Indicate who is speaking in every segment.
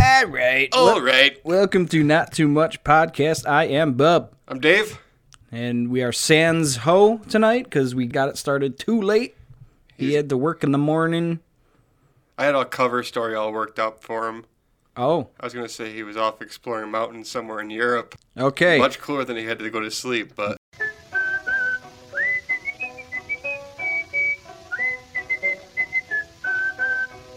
Speaker 1: All right.
Speaker 2: Oh.
Speaker 3: All right.
Speaker 1: Welcome to Not Too Much Podcast. I am Bub,
Speaker 3: I'm Dave.
Speaker 1: and we are Sans Ho tonight because we got it started too late. He had to work in the morning.
Speaker 3: I had a cover story all worked up for him.
Speaker 1: Oh,
Speaker 3: I was going to say he was off exploring mountains somewhere in Europe.
Speaker 1: okay.
Speaker 3: Much cooler than he had to go to sleep, but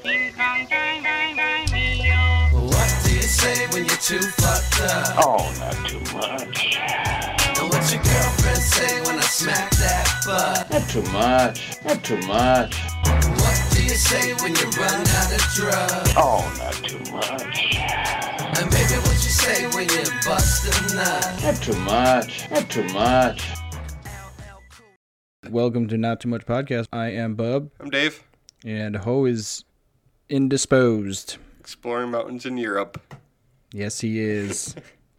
Speaker 4: King Kong, bang, bang, bang, me, yo.
Speaker 5: What do you say when you're too fucked up?
Speaker 2: Oh, not too much.
Speaker 5: And what's your girlfriend say when I smack that butt?
Speaker 2: Not too much. Not too much.
Speaker 5: What do you say when you run out of drugs?
Speaker 2: Oh, not too much.
Speaker 5: And maybe what you say when you bust a nut?
Speaker 2: Not too much. Not too much.
Speaker 1: Welcome to Not Too Much Podcast. I am Bub,
Speaker 3: I'm Dave.
Speaker 1: and Ho is indisposed.
Speaker 3: Exploring mountains in Europe.
Speaker 1: Yes, he is.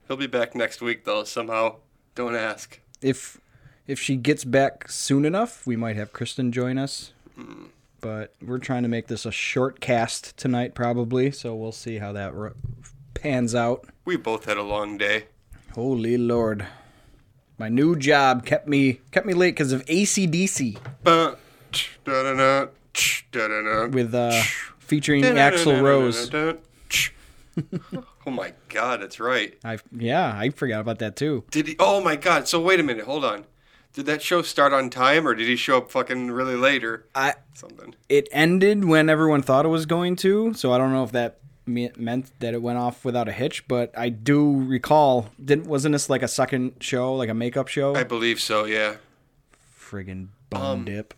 Speaker 3: He'll be back next week, though, somehow. Don't ask.
Speaker 1: if if she gets back soon enough, we might have Kristen join us. But we're trying to make this a short cast tonight, probably. So we'll see how that ro- pans out.
Speaker 3: We both had a long day.
Speaker 1: Holy lord, my new job kept me kept me late because of ACDC
Speaker 3: Ba- tch, da-da-da, tch, da-da-da,
Speaker 1: with uh, featuring
Speaker 3: da-da-da-da-da-da,
Speaker 1: Axl Rose.
Speaker 3: da-da-da, tch. oh my god, that's right.
Speaker 1: I yeah, I forgot about that too.
Speaker 3: Did he? Oh my god. So wait a minute. Hold on. Did that show start on time or did he show up fucking really late or
Speaker 1: I
Speaker 3: something?
Speaker 1: it ended when everyone thought it was going to. So I don't know if that me- meant that it went off without a hitch, but I do recall didn't wasn't this like a second show, like a makeup show?
Speaker 3: I Um, believe so, yeah.
Speaker 1: Friggin' bum dip.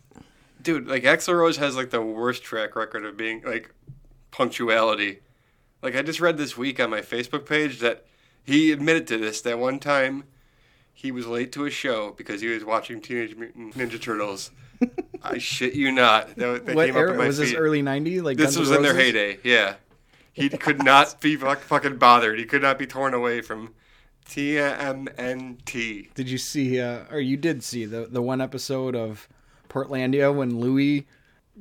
Speaker 3: Dude, like Axl Rose has like the worst track record of being like punctuality. Like I just read this week on my Facebook page that he admitted to this that one time he was late to a show because he was watching Teenage Mutant Ninja Turtles. I shit you not. That, that
Speaker 1: What
Speaker 3: came up in
Speaker 1: era
Speaker 3: my
Speaker 1: was this?
Speaker 3: feed.
Speaker 1: Early '90s? Like Guns
Speaker 3: This
Speaker 1: N'
Speaker 3: was in their
Speaker 1: Roses?
Speaker 3: heyday, yeah. He could not be fuck- fucking bothered. He could not be torn away from TMNT.
Speaker 1: Did you see? Uh, or you did see the the one episode of Portlandia when Louis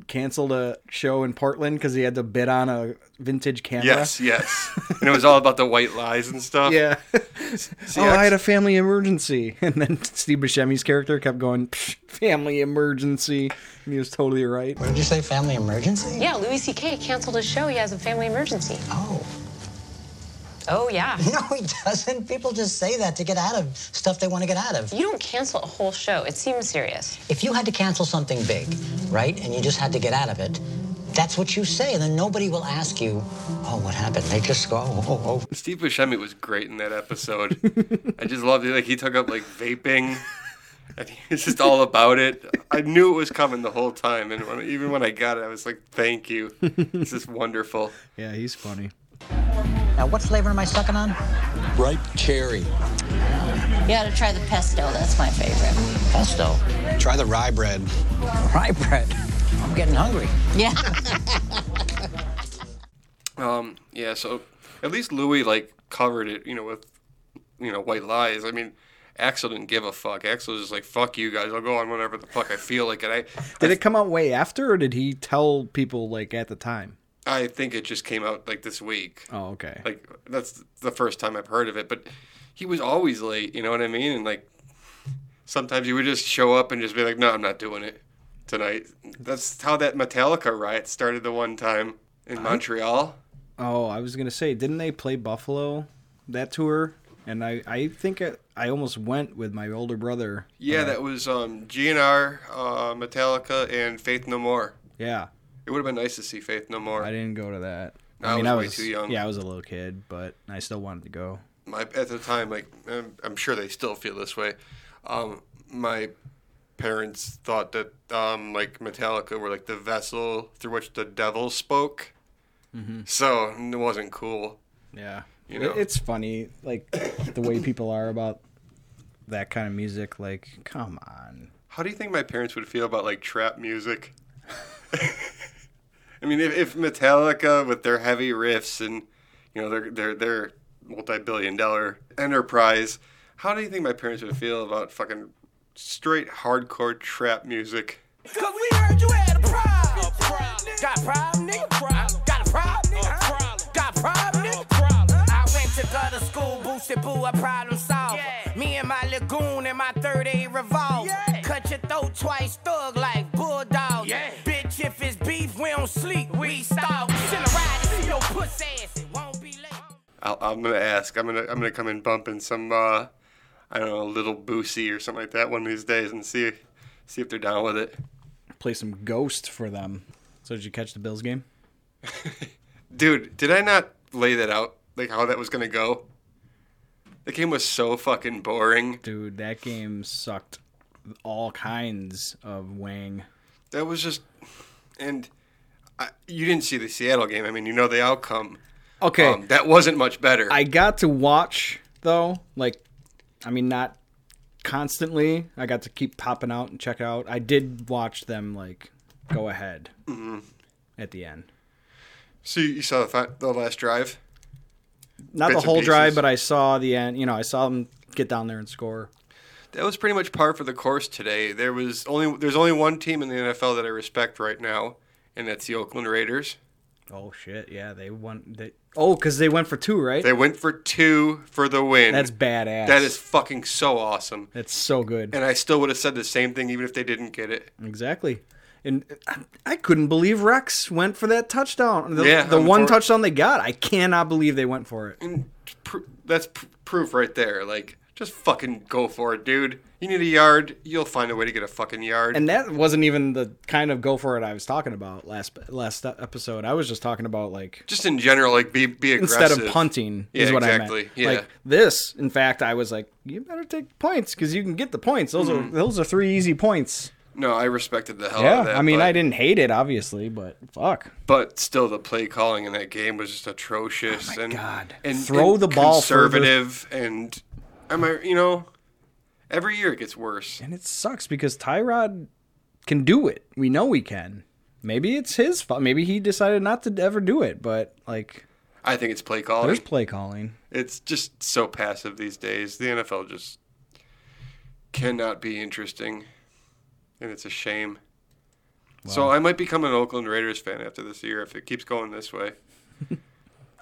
Speaker 1: canceled a show in Portland because he had to bid on a vintage camera.
Speaker 3: Yes, yes. and it was all about the white lies and stuff.
Speaker 1: Yeah. oh,
Speaker 3: I-
Speaker 1: I had a family emergency, and then Steve Buscemi's character kept going, "Psh, "Family emergency," and he was totally right.
Speaker 6: Did you say family emergency?
Speaker 7: Yeah, Louis C.K. canceled his show. He has a family emergency.
Speaker 6: Oh.
Speaker 7: Oh, yeah.
Speaker 6: No, he doesn't. People just say that to get out of stuff they want to get out of.
Speaker 7: You don't cancel a whole show. It seems serious.
Speaker 6: If you had to cancel something big, right, and you just had to get out of it, that's what you say. Then nobody will ask you, oh, what happened? They just go, oh, oh, oh.
Speaker 3: Steve Buscemi was great in that episode. I just loved it. Like he took up like vaping, and he was just all about it. I knew it was coming the whole time, and when, even when I got it, I was like, "Thank you. This is wonderful."
Speaker 1: Yeah, he's funny.
Speaker 6: Now, what flavor am I sucking on?
Speaker 8: Ripe cherry.
Speaker 9: You gotta try the pesto, that's my favorite.
Speaker 6: Pesto.
Speaker 8: Try the rye bread.
Speaker 6: Rye bread. I'm getting hungry.
Speaker 9: Yeah.
Speaker 3: Um, yeah. So at least Louis like covered it, you know, with you know white lies. I mean. Axel didn't give a fuck. Axel was just like, "Fuck you guys. I'll go on whenever the fuck I feel like it." I,
Speaker 1: Did it come out way after, or did he tell people like at the time?
Speaker 3: I think it just came out like this week.
Speaker 1: Oh, okay.
Speaker 3: like that's the first time I've heard of it. But he was always late. You know what I mean? And like sometimes he would just show up and just be like, "No, I'm not doing it tonight." That's how that Metallica riot started the one time in Montreal.
Speaker 1: oh, I was gonna say, didn't they play Buffalo that tour? And I, I think I, I almost went with my older brother.
Speaker 3: Yeah, that was um, GNR, uh, Metallica, and Faith No More.
Speaker 1: Yeah,
Speaker 3: It would have been nice to see Faith No More.
Speaker 1: I didn't go to that.
Speaker 3: I was way too young.
Speaker 1: Yeah, I was a little kid, but I still wanted to go.
Speaker 3: my at the time, like I'm, I'm sure they still feel this way. Um, my parents thought that um, like Metallica were like the vessel through which the devil spoke, so it wasn't cool.
Speaker 1: Yeah.
Speaker 3: You know?
Speaker 1: It- It's funny, like, the way people are about that kind of music. Like, come on.
Speaker 3: How do you think my parents would feel about like trap music? I mean, if, if Metallica with their heavy riffs and you know their their their multi-billion-dollar enterprise, how do you think my parents would feel about fucking straight hardcore trap music?
Speaker 5: Cause we heard you had a problem. Got a problem, nigga? Got a problem, nigga? Got a problem, nigga? of the school, boosted boo, a problem solver. Me and my lagoon and my 38 revolver. Cut your throat twice, thug like bulldog. Bitch, if it's beef, we don't sleep, we stalk. Send a ride to see your puss ass, it won't be late.
Speaker 3: I'll, I'm gonna ask. I'm gonna I'm gonna come in bumping some uh, I don't know, little boosie or something like that one of these days and see see if they're down with it.
Speaker 1: Play some Ghost for them. So did you catch the Bills game?
Speaker 3: Dude, did I not lay that out? Like how that was gonna go? The game was so fucking boring.
Speaker 1: Dude, that game sucked all kinds of wang.
Speaker 3: That was just, and I, you didn't see the Seattle game. I mean, you know the outcome.
Speaker 1: Okay.
Speaker 3: Um, that wasn't much better.
Speaker 1: I got to watch though, like I mean not constantly. I got to keep popping out and check out. I did watch them like go ahead
Speaker 3: Mm-hmm.
Speaker 1: at the end.
Speaker 3: so you saw the, fi- the last drive.
Speaker 1: Not
Speaker 3: Bits
Speaker 1: the
Speaker 3: and
Speaker 1: whole drive,
Speaker 3: pieces.
Speaker 1: but I saw the end, you know, I saw them get down there and score.
Speaker 3: That was pretty much par for the course today. There was only there's only one team in the NFL that I respect right now, and that's the Oakland Raiders.
Speaker 1: Oh shit, yeah, they won they Oh, cuz they went for two, right?
Speaker 3: They went for two for the win.
Speaker 1: That's badass.
Speaker 3: That is fucking so awesome.
Speaker 1: That's so good.
Speaker 3: And I still would have said the same thing even if they didn't get it.
Speaker 1: Exactly. And I- I couldn't believe Rex went for that touchdown. The,
Speaker 3: Yeah, Mm.
Speaker 1: the
Speaker 3: on the
Speaker 1: one
Speaker 3: fourth-
Speaker 1: touchdown they got. I cannot believe they went for it.
Speaker 3: And pr- that's pr- proof right there. Like, just fucking go for it, dude. You need a yard, you'll find a way to get a fucking yard.
Speaker 1: And that wasn't even the kind of go for it I was talking about last last episode. I was just talking about like
Speaker 3: just in general, like be be aggressive.
Speaker 1: instead of punting is
Speaker 3: Yeah,
Speaker 1: what I
Speaker 3: exactly.
Speaker 1: meant.
Speaker 3: Yeah.
Speaker 1: Like this, in fact, I was like, you better take points because you can get the points. Those are those are three easy points.
Speaker 3: No, I respected the hell out
Speaker 1: yeah,
Speaker 3: Mm-hmm. of that.
Speaker 1: I mean,
Speaker 3: but,
Speaker 1: I didn't hate it obviously, but fuck.
Speaker 3: But still, the play calling in that game was just atrocious. and
Speaker 1: Oh God.
Speaker 3: and
Speaker 1: Throw
Speaker 3: and
Speaker 1: the ball further.
Speaker 3: conservative and I am I you know every year it gets worse.
Speaker 1: And it sucks because Tyrod can do it. We know he can. Maybe it's his fault. Maybe he decided not to ever do it, but like
Speaker 3: I think it's play calling.
Speaker 1: there's play calling.
Speaker 3: It's just so passive these days. The NFL just cannot be interesting, and it's a shame. So I might become an Oakland Raiders fan after this year if it keeps going this way.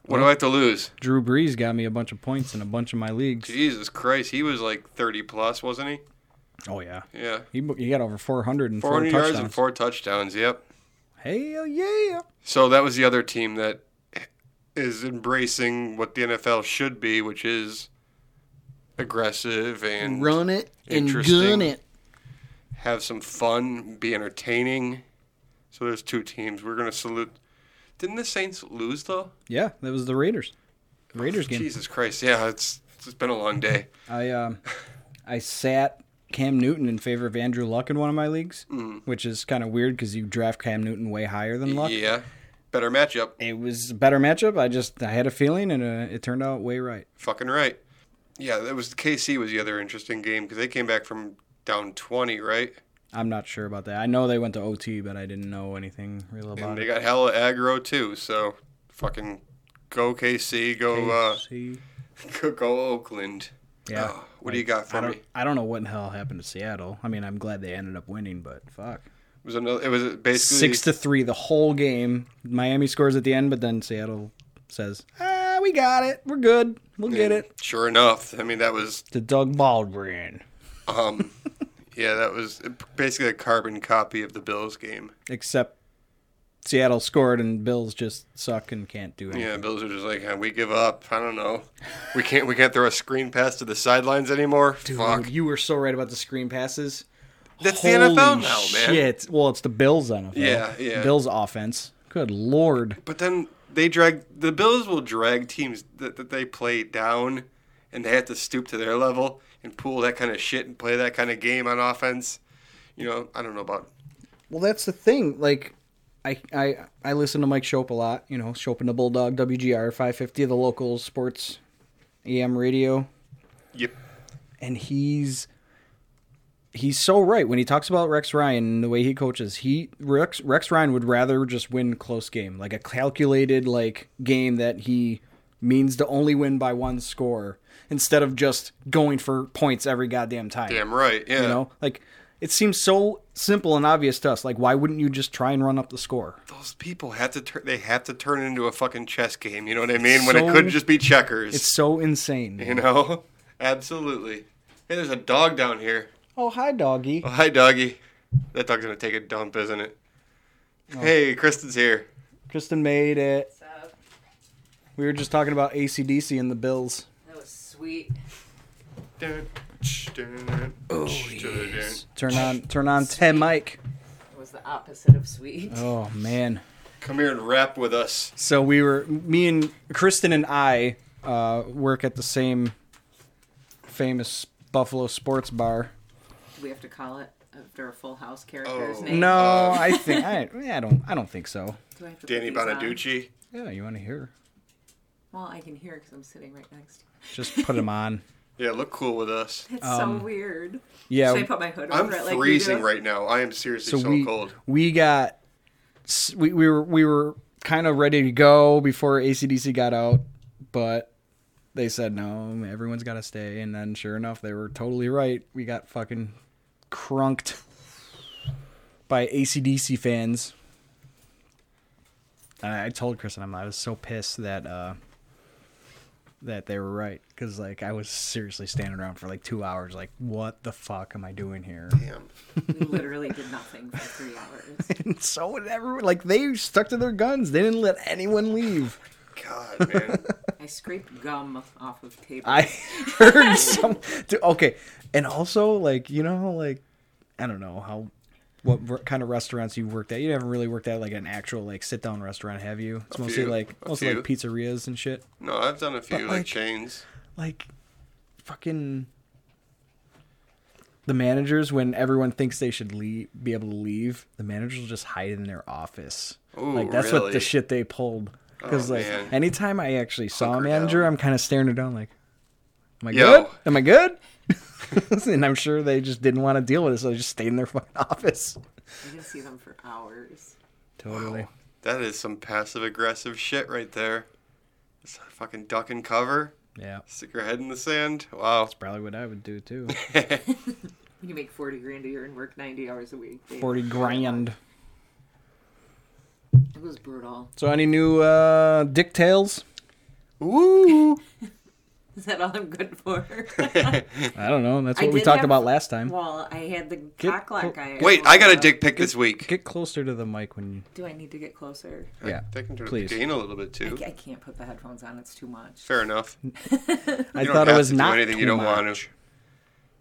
Speaker 3: what do I have to lose?
Speaker 1: Drew Brees got me a bunch of points in a bunch of my leagues.
Speaker 3: Jesus Christ, he was like 30 plus, wasn't he?
Speaker 1: Oh yeah.
Speaker 3: Yeah.
Speaker 1: He, he got over 400 and
Speaker 3: 400
Speaker 1: four
Speaker 3: yards
Speaker 1: touchdowns.
Speaker 3: and four touchdowns, yep.
Speaker 1: Hell yeah.
Speaker 3: So that was the other team that is embracing what the NFL should be, which is aggressive and
Speaker 1: it
Speaker 3: Interesting. have some fun, be entertaining. So there's two teams. We're gonna salute. Didn't the Saints lose though?
Speaker 1: Yeah, that was the Raiders. The Raiders game.
Speaker 3: Jesus Christ! Yeah, it's it's been a long day.
Speaker 1: I um, I sat Cam Newton in favor of Andrew Luck in one of my leagues,
Speaker 3: Hmm.
Speaker 1: which is kind of weird because you draft Cam Newton way higher than Luck.
Speaker 3: Yeah, better matchup.
Speaker 1: It was a better matchup. I just I had a feeling, and uh, it turned out way right.
Speaker 3: Fucking right. Yeah, that was KC was the other interesting game because they came back from down twenty, right?
Speaker 1: I'm not sure about that. I know they went to OT, but I didn't know anything real
Speaker 3: And
Speaker 1: about
Speaker 3: they
Speaker 1: it.
Speaker 3: got hella aggro too. So fucking go KC, go uh,
Speaker 1: See?
Speaker 3: go, go Oakland.
Speaker 1: Yeah.
Speaker 3: Oh, what do you got for
Speaker 1: I don't,
Speaker 3: me?
Speaker 1: I don't know what in the hell happened to Seattle. I mean, I'm glad they ended up winning, but fuck.
Speaker 3: It was another. It was basically
Speaker 1: six to three the whole game. Miami scores at the end, but then Seattle says, "Ah, we got it. We're good. We'll get it."
Speaker 3: Sure enough. I mean, that was
Speaker 1: To Doug Baldwin,
Speaker 3: Um, yeah, that was uh, basically a carbon copy of the Bills game.
Speaker 1: except Seattle scored and Bills just suck and can't do anything.
Speaker 3: Yeah, Bills are just like, "Huh, we give up. I don't know. We can't. We can't throw a screen pass to the sidelines anymore.
Speaker 1: Dude,
Speaker 3: Fuck.
Speaker 1: you were so right about the screen passes.
Speaker 3: That's
Speaker 1: Holy
Speaker 3: the NFL now, man.
Speaker 1: Shit. Well, it's the Bills NFL.
Speaker 3: Yeah, yeah.
Speaker 1: Bills offense. Good lord.
Speaker 3: But then they drag the Bills will drag teams that, that they play down, and they have to stoop to their level and pull that kind of shit and play that kind of game on offense. You know, I don't know about.
Speaker 1: Well, that's the thing. Like, I I I listen to Mike Shope a lot. You know, Shope and the Bulldog, WGR 550, the local sports EM radio,
Speaker 3: Yep.
Speaker 1: and he's he's so right when he talks about Rex Ryan and the way he coaches. He Rex Rex Ryan would rather just win close game, like a calculated like game that he means to only win by one score instead of just going for points every goddamn time.
Speaker 3: Damn right. Yeah.
Speaker 1: You know, like It seems so simple and obvious to us. Like, why wouldn't you just try and run up the score?
Speaker 3: Those people have to turn. They have to turn it into a fucking chess game. You know what I mean? When
Speaker 1: so-
Speaker 3: it could just be checkers.
Speaker 1: It's so insane.
Speaker 3: you know, absolutely. Hey, there's a dog down here.
Speaker 1: Oh, hi, doggy.
Speaker 3: Oh, hi, doggy. That dog's gonna take a dump, isn't it? Hey, Kristen's here.
Speaker 1: Kristen made it. We were just talking about ACDC and the Bills.
Speaker 10: That was sweet.
Speaker 3: Dun, tsh, dun, dun, tsh, dun, dun.
Speaker 1: Turn on, turn on, Tim Mike.
Speaker 10: It was the opposite of sweet.
Speaker 1: Oh man.
Speaker 3: Come here and rap with us.
Speaker 1: So we were, me and Kristen and I uh, work at the same famous Buffalo sports bar.
Speaker 10: Do we have to call it after a Full House character's
Speaker 3: Oh.
Speaker 10: name?
Speaker 1: No, I think I, I don't, I don't think so.
Speaker 10: Do I have to put
Speaker 3: Danny
Speaker 10: these on?
Speaker 3: Bonaducci.
Speaker 1: Yeah, you want to hear?
Speaker 10: Well, I can hear because I'm sitting right next to you.
Speaker 1: Just put them on.
Speaker 3: Yeah, look cool with us.
Speaker 10: It's so weird.
Speaker 1: Um, Yeah.
Speaker 10: Should I put my hood
Speaker 3: I'm
Speaker 10: over it like you
Speaker 3: freezing
Speaker 10: do?
Speaker 3: right now. I am seriously
Speaker 1: so
Speaker 3: so,
Speaker 1: we
Speaker 3: cold.
Speaker 1: we got s- we, we were we were kind of ready to go before acdc got out but they said no everyone's got to stay and then sure enough they were totally right we got fucking crunked by acdc fans I, I told chris and i'm i was so pissed that uh that they were right because like i was seriously standing around for like two hours like what the fuck am i doing here
Speaker 3: Damn.
Speaker 10: We literally did nothing for three hours.
Speaker 1: and so did everyone. Like they stuck to their guns. They didn't let anyone leave.
Speaker 3: God, man.
Speaker 10: I scraped gum off of tables.
Speaker 1: I heard some. Dude, okay, and also like you know like I don't know how what re- kind of restaurants you worked at. You haven't really worked at like an actual like sit down restaurant, have you? It's mostly
Speaker 3: few.
Speaker 1: like
Speaker 3: A
Speaker 1: mostly like
Speaker 3: few.
Speaker 1: pizzerias and shit.
Speaker 3: No, I've done a few like,
Speaker 1: like-
Speaker 3: chains.
Speaker 1: Like fucking. The managers, when everyone thinks they should leave, be able to leave, the managers will just hide in their office.
Speaker 3: Ooh,
Speaker 1: like that's what the
Speaker 3: really?
Speaker 1: shit they pulled. Because
Speaker 3: Oh,
Speaker 1: like
Speaker 3: man.
Speaker 1: anytime I actually saw a
Speaker 3: Hunker
Speaker 1: manager,
Speaker 3: down.
Speaker 1: I'm kind of staring her down like, "Am I
Speaker 3: Yo.
Speaker 1: good? Am I good?" and I'm sure they just didn't want to deal with it, so they just stayed in their fucking office.
Speaker 10: I didn't see them for hours.
Speaker 1: Totally.
Speaker 3: That is some passive aggressive shit right there. It's a fucking duck and cover.
Speaker 1: Yeah,
Speaker 3: Stick your head in the sand. Wow.
Speaker 1: probably what I would do too.
Speaker 10: When you make 40 grand a year and work 90 hours a week. they-
Speaker 1: Forty grand.
Speaker 10: It was brutal.
Speaker 1: So any new uh, dick tales?
Speaker 3: Woo!
Speaker 10: Is that all I'm good for?
Speaker 1: I don't know. That's
Speaker 10: I
Speaker 1: what we
Speaker 10: did
Speaker 1: talked
Speaker 10: have-
Speaker 1: about last time.
Speaker 10: well, I had the
Speaker 1: Get
Speaker 10: cock lock
Speaker 1: clo-
Speaker 10: I
Speaker 3: Wait, I got a dick pic this week.
Speaker 1: Get closer to the mic when you.
Speaker 10: Do I need to get closer?
Speaker 1: Yeah,
Speaker 3: They can turn
Speaker 1: please.
Speaker 3: the gain a little bit
Speaker 10: I,
Speaker 3: too.
Speaker 10: I can't put the headphones on. It's too much.
Speaker 3: Fair enough. You
Speaker 1: I
Speaker 3: don't
Speaker 1: thought it
Speaker 3: have
Speaker 1: was
Speaker 3: to do
Speaker 1: not
Speaker 3: anything
Speaker 1: too
Speaker 3: you don't
Speaker 1: much.
Speaker 3: want to.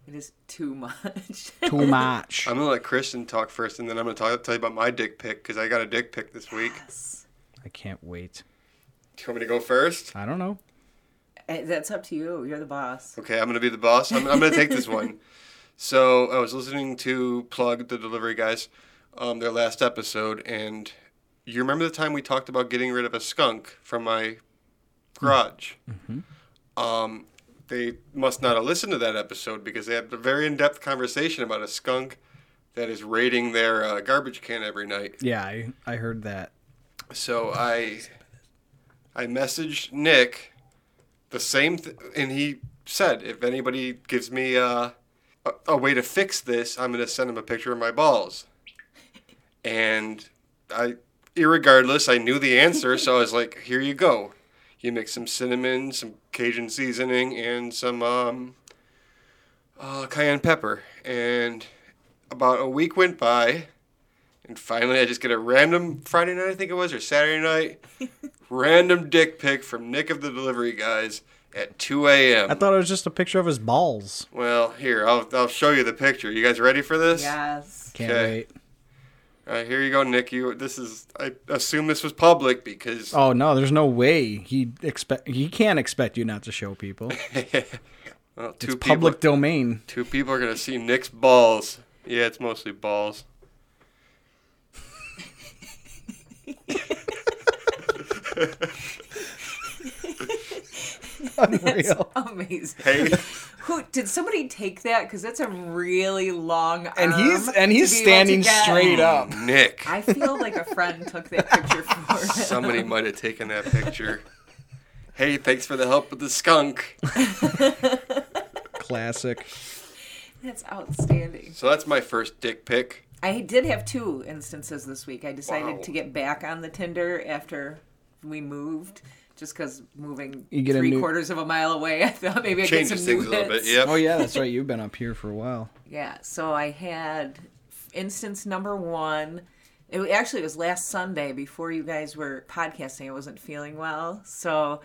Speaker 10: It is too much.
Speaker 1: Too much.
Speaker 3: I'm gonna let Kristen talk first, and then I'm gonna talk, tell you about my dick pic because I got a dick pic this week.
Speaker 1: I can't wait.
Speaker 3: Do you want me to go first?
Speaker 1: I don't know.
Speaker 10: Eh, That's up to you. You're the boss.
Speaker 3: Okay, I'm gonna be the boss. I'm, I'm gonna take this one. So I was listening to Plug the Delivery Guys, um, their last episode, and you remember the time we talked about getting rid of a skunk from my garage? Um, they must not have listened to that episode because they had a very in-depth conversation about a skunk that is raiding their uh, garbage can every night.
Speaker 1: Yeah, I, I heard that.
Speaker 3: So I I messaged Nick the same th- and he said if anybody gives me uh, a, a way to fix this, I'm going to send him a picture of my balls. And I irregardless, I knew the answer, so I was like, here you go. You mix some cinnamon, some Cajun seasoning and some um, uh, cayenne pepper. And about a week went by and finally, I just get a random Friday night, I think it was, or Saturday night, random dick pic from Nick of the Delivery Guys at 2
Speaker 1: I
Speaker 3: a.m.
Speaker 1: thought it was just a picture of his balls.
Speaker 3: well, here, I'll, I'll show you the picture. You guys ready for this?
Speaker 10: Yes.
Speaker 1: Can't
Speaker 3: Okay.
Speaker 1: wait.
Speaker 3: All right, here you go, Nick. You, this is, I assume this was public because
Speaker 1: Oh no, there's no way he expect he can't expect you not to show people.
Speaker 3: well,
Speaker 1: It's
Speaker 3: two, people,
Speaker 1: public domain.
Speaker 3: two people are going to see Nick's balls. Yeah, it's mostly balls.
Speaker 1: Unreal.
Speaker 10: Amazing.
Speaker 3: Hey,
Speaker 10: Who did somebody take that? Because that's a really long.
Speaker 1: And he's
Speaker 10: arm
Speaker 1: and
Speaker 10: Um, to
Speaker 1: he's
Speaker 10: be able to
Speaker 1: standing
Speaker 10: get.
Speaker 1: straight up.
Speaker 3: Nick.
Speaker 10: I feel like a friend took that picture for him.
Speaker 3: Somebody might have taken that picture. Hey, thanks for the help with the skunk.
Speaker 1: Classic.
Speaker 10: That's outstanding.
Speaker 3: So that's my first dick pic.
Speaker 10: I did have two instances this week. I decided
Speaker 3: Wow.
Speaker 10: to get back on the Tinder after we moved, just because moving
Speaker 1: You get a
Speaker 10: three
Speaker 1: new-
Speaker 10: quarters of a mile away, I thought maybe I get some
Speaker 3: Changes things a
Speaker 10: new
Speaker 3: little bit.
Speaker 10: hits.
Speaker 3: Yep.
Speaker 1: Oh yeah, that's right. You've been up here for a while.
Speaker 10: Yeah, so I had instance number one. It wa- actually it was last Sunday before you guys were podcasting. I wasn't feeling well, so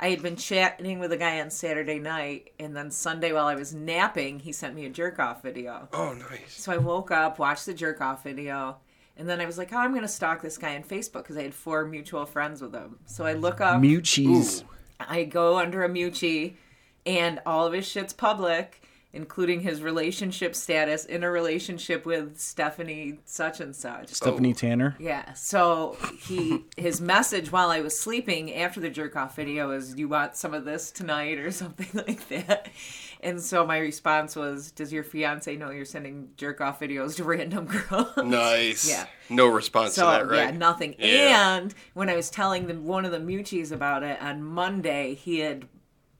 Speaker 10: I had been chatting with a guy on Saturday night, and then Sunday while I was napping, he sent me a jerk off video.
Speaker 3: Oh, nice.
Speaker 10: So I woke up, watched the jerk off video, and then I was like, "Oh, I'm gonna stalk this guy on Facebook because I had four mutual friends with him." So I look up.
Speaker 1: Mute cheese.
Speaker 10: I go under a Mucci, and all of his shit's public, including his relationship status in a relationship with Stephanie such and such.
Speaker 1: Stephanie
Speaker 3: Oh.
Speaker 1: Tanner.
Speaker 10: Yeah. So he his message while I was sleeping after the jerk off video is, "Do you want some of this tonight?" or something like that. And so my response was, "Does your fiance know you're sending jerk off videos to random girls?"
Speaker 3: Nice.
Speaker 10: Yeah.
Speaker 3: No response
Speaker 10: So
Speaker 3: to that, right?
Speaker 10: yeah, nothing.
Speaker 3: Yeah.
Speaker 10: And when I was telling them one of the Muchis about it on Monday, he had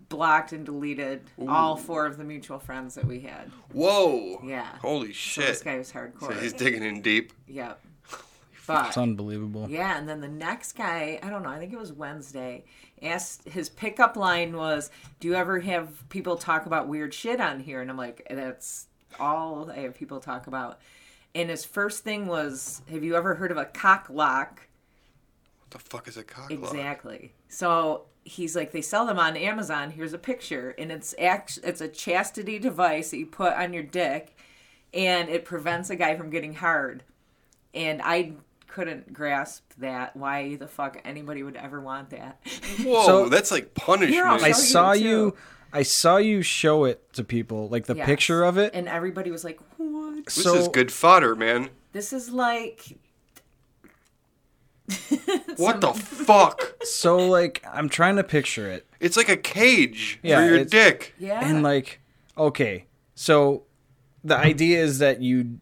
Speaker 10: blocked and deleted all four of the mutual friends that we had.
Speaker 3: Whoa.
Speaker 10: Yeah.
Speaker 3: Holy
Speaker 10: This
Speaker 3: shit.
Speaker 10: guy was hardcore.
Speaker 3: He's digging in deep.
Speaker 10: yep. But
Speaker 1: It's unbelievable.
Speaker 10: yeah, and then the next guy, I don't know, I think it was Wednesday, asked his pickup line was, Do you ever have people talk about weird shit on here? And I'm like, That's all I have people talk about. And his first thing was, Have you ever heard of a cock lock?
Speaker 3: What the fuck is a cock lock?
Speaker 10: Exactly. So he's like, they sell them on Amazon. Here's a picture, and it's act- it's a chastity device that you put on your dick, and it prevents a guy from getting hard. And I couldn't grasp that. Why the fuck anybody would ever want that?
Speaker 3: Whoa,
Speaker 1: So-
Speaker 3: that's like punishment.
Speaker 10: I'll show
Speaker 1: I
Speaker 10: you
Speaker 1: saw
Speaker 10: too.
Speaker 1: you. I saw you show it to people, like the
Speaker 10: Yes.
Speaker 1: picture of it.
Speaker 10: and everybody was like, "What?
Speaker 3: this
Speaker 1: so
Speaker 3: is good fodder, man.
Speaker 10: This is like
Speaker 3: What the fuck?
Speaker 1: so like I'm trying to picture it,
Speaker 3: It's like a cage
Speaker 1: Yeah,
Speaker 3: for your
Speaker 1: it's-
Speaker 3: dick.
Speaker 10: yeah."
Speaker 1: and like okay, so the idea is that you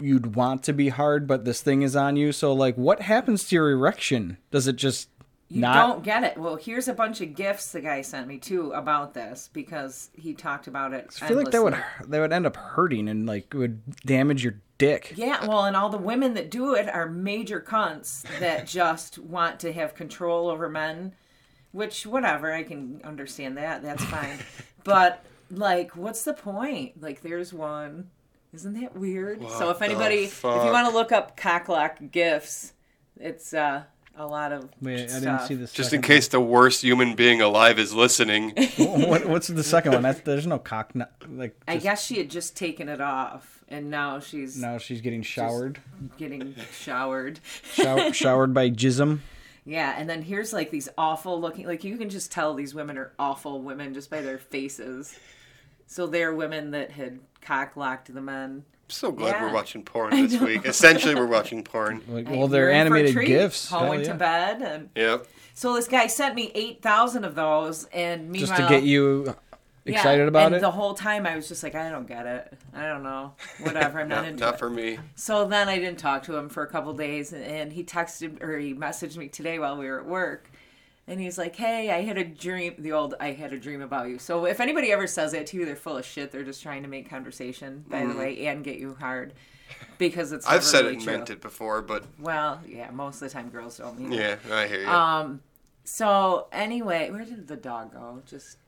Speaker 1: you'd want to be hard, but this thing is on you. So like, what happens to your erection? Does it just
Speaker 10: You
Speaker 1: not?
Speaker 10: don't get it. Well, here's a bunch of gifts the guy sent me too about this because he talked about it.
Speaker 1: I feel like that would
Speaker 10: endlessly.
Speaker 1: that would end up hurting and like would damage your dick.
Speaker 10: Yeah, well, and all the women that do it are major cunts that just want to have control over men, which, whatever, I can understand that. That's fine. but, like, what's the point? Like, there's one. Isn't that weird? so, if
Speaker 3: the
Speaker 10: anybody, if you
Speaker 3: fuck?
Speaker 10: want to look up cocklock gifts, it's uh, a lot of.
Speaker 1: Wait, I
Speaker 10: stuff.
Speaker 1: didn't see this.
Speaker 3: Just in case the worst human being alive is listening.
Speaker 1: what, what's the second one? That's, there's no cock. kno- like
Speaker 10: I
Speaker 1: just-
Speaker 10: guess she had just taken it off, and now she's
Speaker 1: now she's getting showered,
Speaker 10: getting showered.
Speaker 1: Show, showered by jism.
Speaker 10: Yeah, and then here's like these awful looking like you can just tell these women are awful women just by their faces. So they're women that had cock locked the men.
Speaker 3: I'm so glad
Speaker 10: Yeah.
Speaker 3: we're watching porn this week. Essentially, we're watching porn.
Speaker 1: Like,
Speaker 10: Hey,
Speaker 1: well, they're
Speaker 10: you're in for a
Speaker 1: animated
Speaker 10: treat.
Speaker 1: gifs.
Speaker 10: Paul
Speaker 1: Hell
Speaker 10: went
Speaker 1: yeah.
Speaker 10: to bed and
Speaker 3: Yep.
Speaker 10: so this guy sent me eight thousand of those and meanwhile
Speaker 1: Just to get you
Speaker 10: Yeah,
Speaker 1: excited about
Speaker 10: and
Speaker 1: it.
Speaker 10: The whole time I was just like, I don't get it. I don't know. Whatever, I'm not
Speaker 3: Not,
Speaker 10: into
Speaker 3: not
Speaker 10: it.
Speaker 3: for me.
Speaker 10: So then I didn't talk to him for a couple days, and- and he texted or he messaged me today while we were at work, and he's like, "Hey, I had a dream. The old I had a dream about you." So if anybody ever says that to you, they're full of shit. They're just trying to make conversation, by the way, and get you hard, because it's.
Speaker 3: Mm. I've
Speaker 10: never
Speaker 3: said
Speaker 10: really
Speaker 3: it and
Speaker 10: true.
Speaker 3: meant it before, but
Speaker 10: Well, yeah, most of the time girls don't mean it.
Speaker 3: yeah, I hear you.
Speaker 10: Uh, So anyway, where did the dog go? Just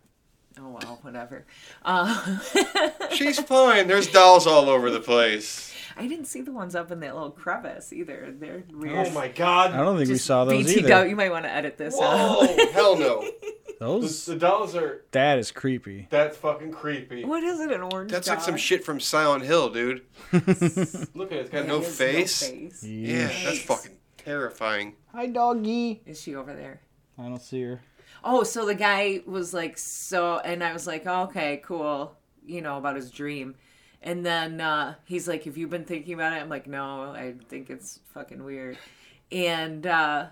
Speaker 10: oh well, whatever. Uh,
Speaker 3: She's fine. There's dolls all over the place.
Speaker 10: I didn't see the ones up in that little crevice either. They're weird.
Speaker 1: I
Speaker 11: god.
Speaker 1: don't think we
Speaker 10: Just
Speaker 1: saw those
Speaker 10: BT
Speaker 1: either.
Speaker 10: Goat, you might want to edit this out.
Speaker 3: Hell no.
Speaker 1: Those
Speaker 11: dolls are.
Speaker 1: that is creepy.
Speaker 11: That's fucking creepy.
Speaker 10: What is it, an orange
Speaker 3: That's
Speaker 10: dog?
Speaker 3: like some shit from Silent Hill, dude.
Speaker 11: Look at it. It's got
Speaker 3: No
Speaker 10: It is
Speaker 3: face.
Speaker 10: face.
Speaker 3: Yeah, that's fucking terrifying.
Speaker 1: Hi, doggy.
Speaker 10: Is she over there?
Speaker 1: I don't see her.
Speaker 10: Oh, so the guy was like, so, and I was like, oh, okay, cool, you know, about his dream. And then uh, he's like, have you been thinking about it? I'm like, no, I think it's fucking weird. And uh,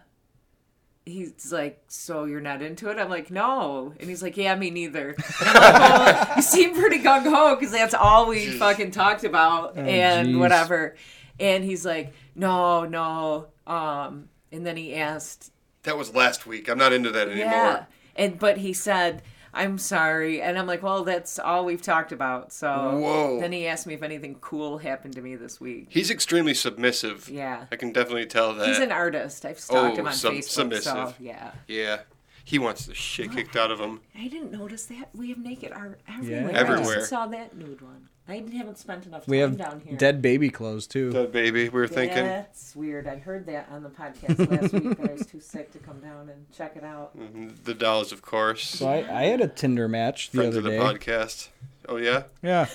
Speaker 10: he's like, so you're not into it? I'm like, no. And he's like, yeah, me neither. you seem pretty gung ho because that's all we fucking talked about and
Speaker 1: jeez.
Speaker 10: whatever. And he's like, no, no. Um, and then he asked,
Speaker 3: That was last week. I'm not into that anymore.
Speaker 10: yeah. And but he said, I'm sorry. And I'm like, well, that's all we've talked about. So
Speaker 3: Whoa.
Speaker 10: then he asked me if anything cool happened to me this week.
Speaker 3: He's extremely submissive.
Speaker 10: Yeah.
Speaker 3: I can definitely tell that. Oh,
Speaker 10: He's an artist. I've stalked him on
Speaker 3: sub-
Speaker 10: Facebook. So, yeah.
Speaker 3: Yeah. He wants the shit kicked out of him.
Speaker 10: I didn't notice that. We have naked art
Speaker 1: Yeah.
Speaker 10: everywhere. I
Speaker 3: Everywhere.
Speaker 10: just saw that nude one. I haven't spent enough time
Speaker 1: We have
Speaker 10: down here.
Speaker 1: dead baby clothes too.
Speaker 3: Dead baby. We were thinking.
Speaker 10: That's weird. I heard that on the podcast last week, but I was too sick to come down and check it out.
Speaker 3: Mhm, The dolls, of course.
Speaker 1: So I, I had a Tinder match the
Speaker 3: Friends
Speaker 1: other
Speaker 3: of the
Speaker 1: day.
Speaker 3: podcast. Oh yeah.
Speaker 1: Yeah.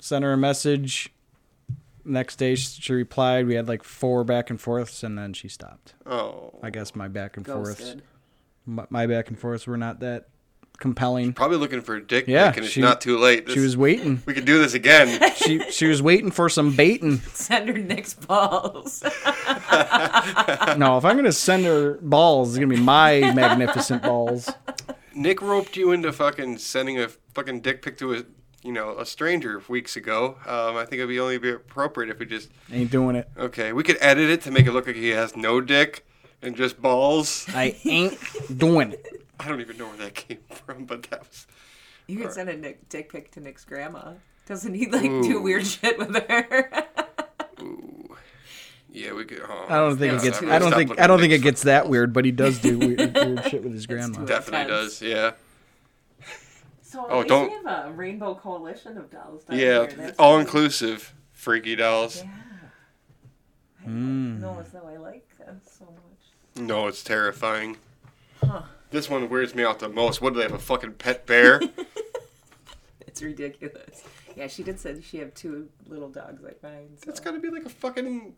Speaker 1: Sent her a message. Next day she replied. We had like four back and forths, and then she stopped.
Speaker 3: Oh.
Speaker 1: I guess my back and forths,
Speaker 3: Ghosted.
Speaker 1: my, my back and forths were not that compelling.
Speaker 3: Probably looking for a dick
Speaker 1: Yeah,
Speaker 3: pic, and it's
Speaker 1: she-
Speaker 3: not too late.
Speaker 1: she was waiting.
Speaker 3: We could do this again.
Speaker 1: she she was waiting for some baiting.
Speaker 10: Send her Nick's balls.
Speaker 1: No, if I'm gonna send her balls, it's gonna be my magnificent balls.
Speaker 3: Nick roped you into fucking sending a fucking dick pic to a you know a stranger weeks ago. Um, I think it'd be only be appropriate if we just
Speaker 1: Ain't doing it.
Speaker 3: okay. We could edit it to make it look like he has no dick and just balls.
Speaker 1: I ain't doing it.
Speaker 3: I don't even know where that came from, but that was
Speaker 10: You could send a Nick, dick pic to Nick's grandma. Doesn't he like
Speaker 3: Ooh.
Speaker 10: do weird shit with her?
Speaker 3: yeah. We could. Oh,
Speaker 1: I don't think it
Speaker 3: that's
Speaker 1: gets.
Speaker 3: not-
Speaker 1: I don't
Speaker 3: stop
Speaker 1: think.
Speaker 3: looking
Speaker 1: I don't
Speaker 3: at
Speaker 1: think it
Speaker 3: Nick's-
Speaker 1: gets that weird. But he does do weird, weird shit with his grandma.
Speaker 3: Definitely does. Yeah.
Speaker 10: So
Speaker 3: Oh,
Speaker 10: at least
Speaker 3: don't-
Speaker 10: we have a rainbow coalition of dolls. Down here.
Speaker 3: Yeah.
Speaker 10: That's
Speaker 3: All
Speaker 10: good.
Speaker 3: inclusive. Freaky dolls. Hmm.
Speaker 1: Mm.
Speaker 10: No, it's though I like them so much.
Speaker 3: No, it's terrifying.
Speaker 10: Huh.
Speaker 3: This one weirds me out the most. What do they have? A fucking pet bear?
Speaker 10: It's ridiculous. Yeah, she did say she had two little dogs like mine. So. It's
Speaker 3: gotta be like a fucking.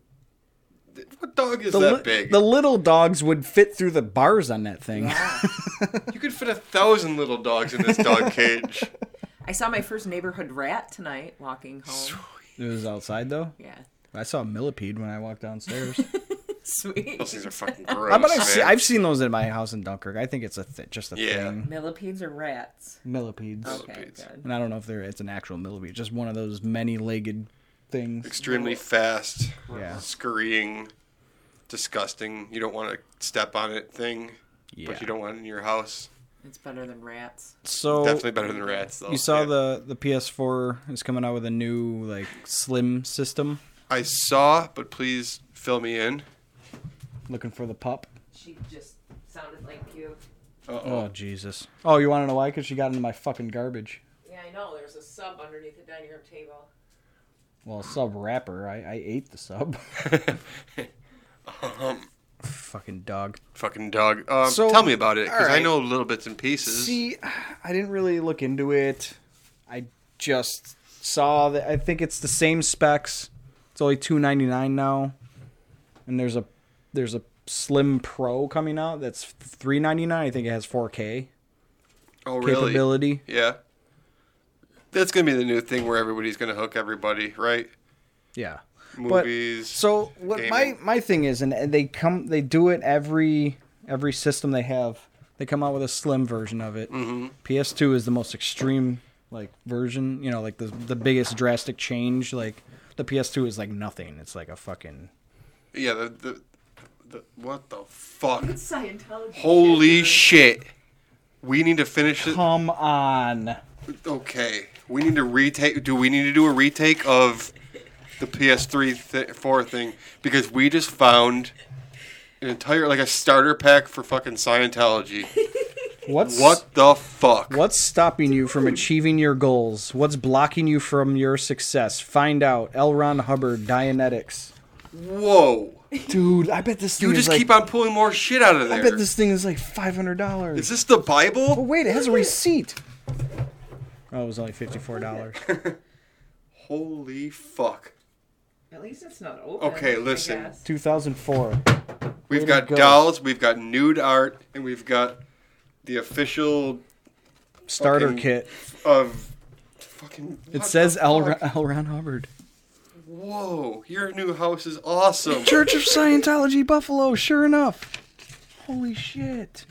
Speaker 3: What dog is
Speaker 1: The,
Speaker 3: that
Speaker 1: li-
Speaker 3: big?
Speaker 1: the little dogs would fit through the bars on that thing.
Speaker 3: You could fit a thousand little dogs in this dog cage.
Speaker 10: I saw my first neighborhood rat tonight walking home.
Speaker 1: It was outside though.
Speaker 10: Yeah.
Speaker 1: I saw a millipede when I walked downstairs.
Speaker 10: Sweet.
Speaker 3: Those things are fucking
Speaker 1: How about I see, I've seen those at my house in Dunkirk. I think it's a th- just a
Speaker 3: Yeah.
Speaker 1: thing.
Speaker 10: Millipedes or rats?
Speaker 1: Millipedes.
Speaker 10: Okay, Millipedes. good.
Speaker 1: And I don't know if they're it's an actual millipede, just one of those many-legged things.
Speaker 3: Extremely fast,
Speaker 1: Yeah.
Speaker 3: scurrying, disgusting. You don't want to step on it thing,
Speaker 1: Yeah.
Speaker 3: but you don't want it in your house.
Speaker 10: It's better than rats.
Speaker 1: So
Speaker 3: Definitely better than rats, though.
Speaker 1: You saw the the PS4 is coming out with a new like slim system.
Speaker 3: I saw, but please fill me in.
Speaker 1: Looking for the pup.
Speaker 10: She just sounded like you.
Speaker 1: Oh Jesus! Oh, you want to know why? Because she got into my fucking garbage.
Speaker 10: Yeah, I know. There's a sub underneath the dining room table.
Speaker 1: Well, sub wrapper. I, I ate the sub.
Speaker 3: Um,
Speaker 1: fucking dog.
Speaker 3: Fucking dog. Um,
Speaker 1: So-
Speaker 3: tell me about it, because I
Speaker 1: alright.
Speaker 3: know little bits and pieces.
Speaker 1: See, I didn't really look into it. I just saw that. I think it's the same specs. It's only two ninety nine now, and there's a there's a Slim Pro coming out that's three ninety nine. I think it has four K
Speaker 3: oh, really?
Speaker 1: capability.
Speaker 3: Yeah. That's gonna be the new thing where everybody's gonna hook everybody, right?
Speaker 1: Yeah.
Speaker 3: Movies.
Speaker 1: so what my
Speaker 3: gaming.
Speaker 1: my thing is, and they come they do it every every system they have. They come out with a slim version of it.
Speaker 3: Mhm.
Speaker 1: PS2 is the most extreme like version. You know, like the the biggest drastic change. Like the PS2 is like nothing. It's like a fucking
Speaker 3: Yeah, the, the, the what the fuck?
Speaker 10: It's Scientology.
Speaker 3: Holy shit. We need to finish it.
Speaker 1: come on.
Speaker 3: Okay. We need to retake. Do we need to do a retake of the PS3 th- 4 thing? Because we just found an entire, like a starter pack for fucking Scientology.
Speaker 1: What's
Speaker 3: What the fuck?
Speaker 1: What's stopping you from achieving your goals? What's blocking you from your success? Find out. L. Ron Hubbard, Dianetics.
Speaker 3: Whoa.
Speaker 1: Dude, I bet this thing
Speaker 3: You
Speaker 1: is
Speaker 3: just
Speaker 1: like,
Speaker 3: keep on pulling more shit out of there.
Speaker 1: I bet this thing is like five hundred dollars.
Speaker 3: Is this the Bible?
Speaker 1: But wait, it has a receipt. Oh, it was only fifty-four dollars.
Speaker 3: Holy fuck.
Speaker 10: At least it's not open.
Speaker 3: Okay,
Speaker 10: I
Speaker 3: listen.
Speaker 10: guess.
Speaker 1: Two thousand four.
Speaker 3: We've
Speaker 1: to
Speaker 3: got
Speaker 1: go.
Speaker 3: dolls, we've got nude art, and we've got the official
Speaker 1: Starter
Speaker 3: Fucking-
Speaker 1: kit.
Speaker 3: of fucking.
Speaker 1: It
Speaker 3: what
Speaker 1: says
Speaker 3: the
Speaker 1: L.
Speaker 3: fuck?
Speaker 1: Ron, L. Ron Hubbard.
Speaker 3: Whoa, your new house is awesome.
Speaker 1: Church of Scientology, Buffalo. Sure enough. Holy shit.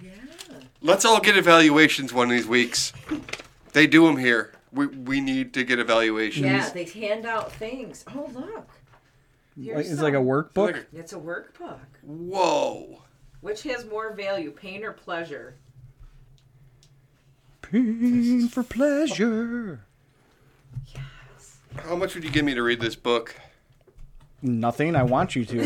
Speaker 3: Let's all get evaluations one of these weeks. They do them here. We we need to get evaluations.
Speaker 10: Yeah, they hand out things. Oh, look.
Speaker 1: Like,
Speaker 10: Here's
Speaker 1: it's like a
Speaker 10: some.
Speaker 1: workbook.
Speaker 3: Like-
Speaker 10: It's a workbook.
Speaker 3: Whoa.
Speaker 10: Which has more value, pain or pleasure?
Speaker 1: pain for pleasure.
Speaker 3: How much would you give me to read this book?
Speaker 1: Nothing. I want you to.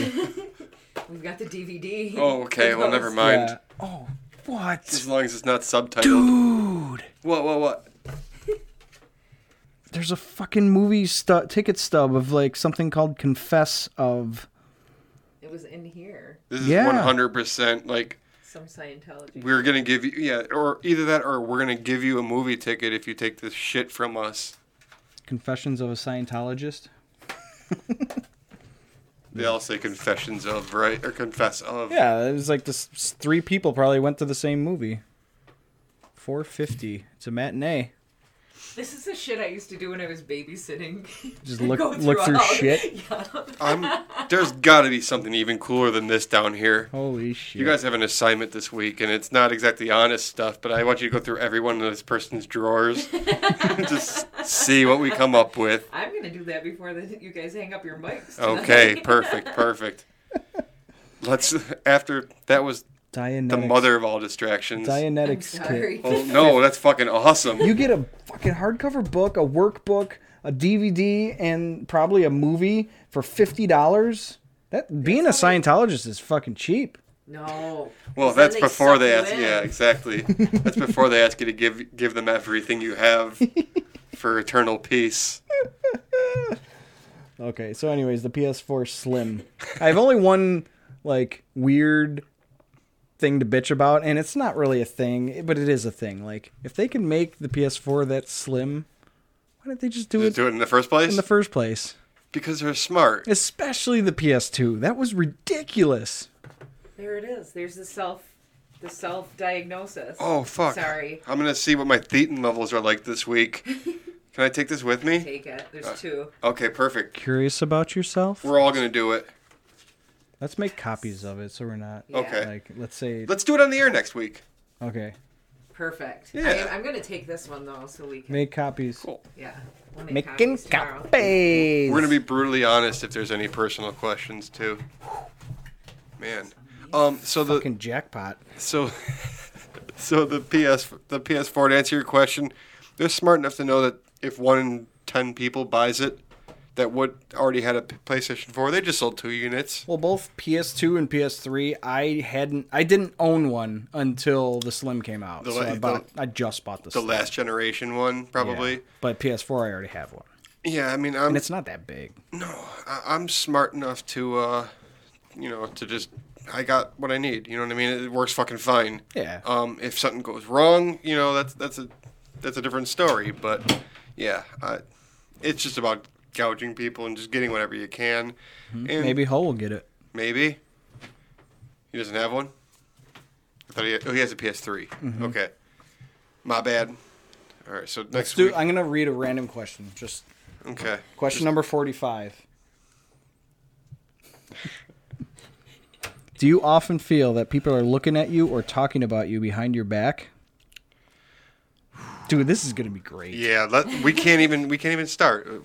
Speaker 10: We've got the DVD.
Speaker 3: Oh, okay. Well, never mind.
Speaker 1: Yeah. Oh, what?
Speaker 3: As long as it's not subtitled.
Speaker 1: Dude.
Speaker 3: What? What? What?
Speaker 1: There's a fucking movie stu- ticket stub of like something called Confess of.
Speaker 10: It was in here.
Speaker 3: This is
Speaker 1: Yeah.
Speaker 3: one hundred percent like
Speaker 10: Some Scientology.
Speaker 3: we're gonna give you yeah, or either that or we're gonna give you a movie ticket if you take this shit from us.
Speaker 1: Confessions of a Scientologist.
Speaker 3: They all say confessions of right or confess of.
Speaker 1: Yeah, it was like this. Three people probably went to the same movie. Four fifty. It's a matinee.
Speaker 10: This is the shit I used to do when I was babysitting.
Speaker 1: Just look-
Speaker 10: Go
Speaker 1: look through
Speaker 10: all-
Speaker 1: shit?
Speaker 10: Yeah.
Speaker 3: I'm, Um, there's got to be something even cooler than this down here.
Speaker 1: Holy shit!
Speaker 3: You guys have an assignment this week, and it's not exactly honest stuff, but I want you to go through every one of this person's drawers, just see what we come up with.
Speaker 10: I'm gonna do that before the, you guys hang up your mics. tonight.
Speaker 3: Okay, perfect, perfect. Let's after that was the
Speaker 1: Dianetics.
Speaker 3: mother of all distractions.
Speaker 1: Dianetics.
Speaker 10: I'm sorry.
Speaker 1: kit.
Speaker 3: Oh no, that's fucking awesome.
Speaker 1: You get a fucking hardcover book, a workbook, a DVD, and probably a movie for fifty dollars. That being a Scientologist is fucking cheap.
Speaker 10: No.
Speaker 3: well,
Speaker 10: 'Cause then
Speaker 3: that's before
Speaker 10: suck
Speaker 3: they
Speaker 10: you
Speaker 3: ask.
Speaker 10: in.
Speaker 3: Yeah, exactly. that's before they ask you to give give them everything you have for eternal peace.
Speaker 1: Okay, so anyways, the PS4 Slim. I have only one like weird thing to bitch about, and it's not really a thing, but it is a thing. Like if they can make the PS4 that slim, why didn't they just do
Speaker 3: Did
Speaker 1: it
Speaker 3: do it in the first place?
Speaker 1: in the first place?
Speaker 3: because they're smart.
Speaker 1: Especially the PS2. That was ridiculous.
Speaker 10: There it is. There's the self, the self diagnosis.
Speaker 3: Oh fuck!
Speaker 10: Sorry.
Speaker 3: I'm gonna see what my thetan levels are like this week. Can I take this with me?
Speaker 10: Take it.
Speaker 3: Uh,
Speaker 10: There's two.
Speaker 3: Okay, perfect.
Speaker 1: Curious about yourself?
Speaker 3: We're all gonna do it.
Speaker 1: Let's make copies of it so we're not
Speaker 3: Okay.
Speaker 1: like let's say
Speaker 3: Let's do it on the air next week.
Speaker 1: okay.
Speaker 10: Perfect.
Speaker 3: Yeah.
Speaker 10: I am, I'm gonna take this one though, so we can.
Speaker 1: Make copies.
Speaker 3: Cool.
Speaker 10: Yeah. We'll make
Speaker 1: Making
Speaker 10: copies tomorrow.
Speaker 1: copies.
Speaker 3: We're gonna be brutally honest if there's any personal questions too. Man, um, so the
Speaker 1: fucking jackpot.
Speaker 3: so so the PS the PS4 to answer your question, they're smart enough to know that if one in ten people buys it, that would already had a PlayStation 4. They just sold two units.
Speaker 1: Well, both PS2 and PS3, I hadn't, I didn't own one until the Slim came out.
Speaker 3: The
Speaker 1: so
Speaker 3: la-
Speaker 1: I bought, I just bought the,
Speaker 3: The
Speaker 1: Slim.
Speaker 3: last generation one,
Speaker 1: Yeah.
Speaker 3: probably.
Speaker 1: But PS4, I already have one,
Speaker 3: Yeah, I mean, I'm
Speaker 1: and it's not that big.
Speaker 3: Hmm. I- I'm smart enough to, uh, you know, to just I got what I need. You know what I mean? It works fucking fine.
Speaker 1: Yeah.
Speaker 3: Um, if something goes wrong, you know that's that's a that's a different story. But yeah, I, it's just about gouging people and just getting whatever you can. And
Speaker 1: Mm-hmm. Maybe Ho will get it.
Speaker 3: maybe he doesn't have one. I thought he had, oh he has a PS3.
Speaker 1: Mm-hmm.
Speaker 3: Okay, my bad. All right, so next
Speaker 1: Dude,
Speaker 3: week.
Speaker 1: I'm gonna read a random question. Just
Speaker 3: okay.
Speaker 1: question number forty-five. Do you often feel that people are looking at you or talking about you behind your back? Dude, this is gonna be great.
Speaker 3: Yeah, let, we can't even we can't even start.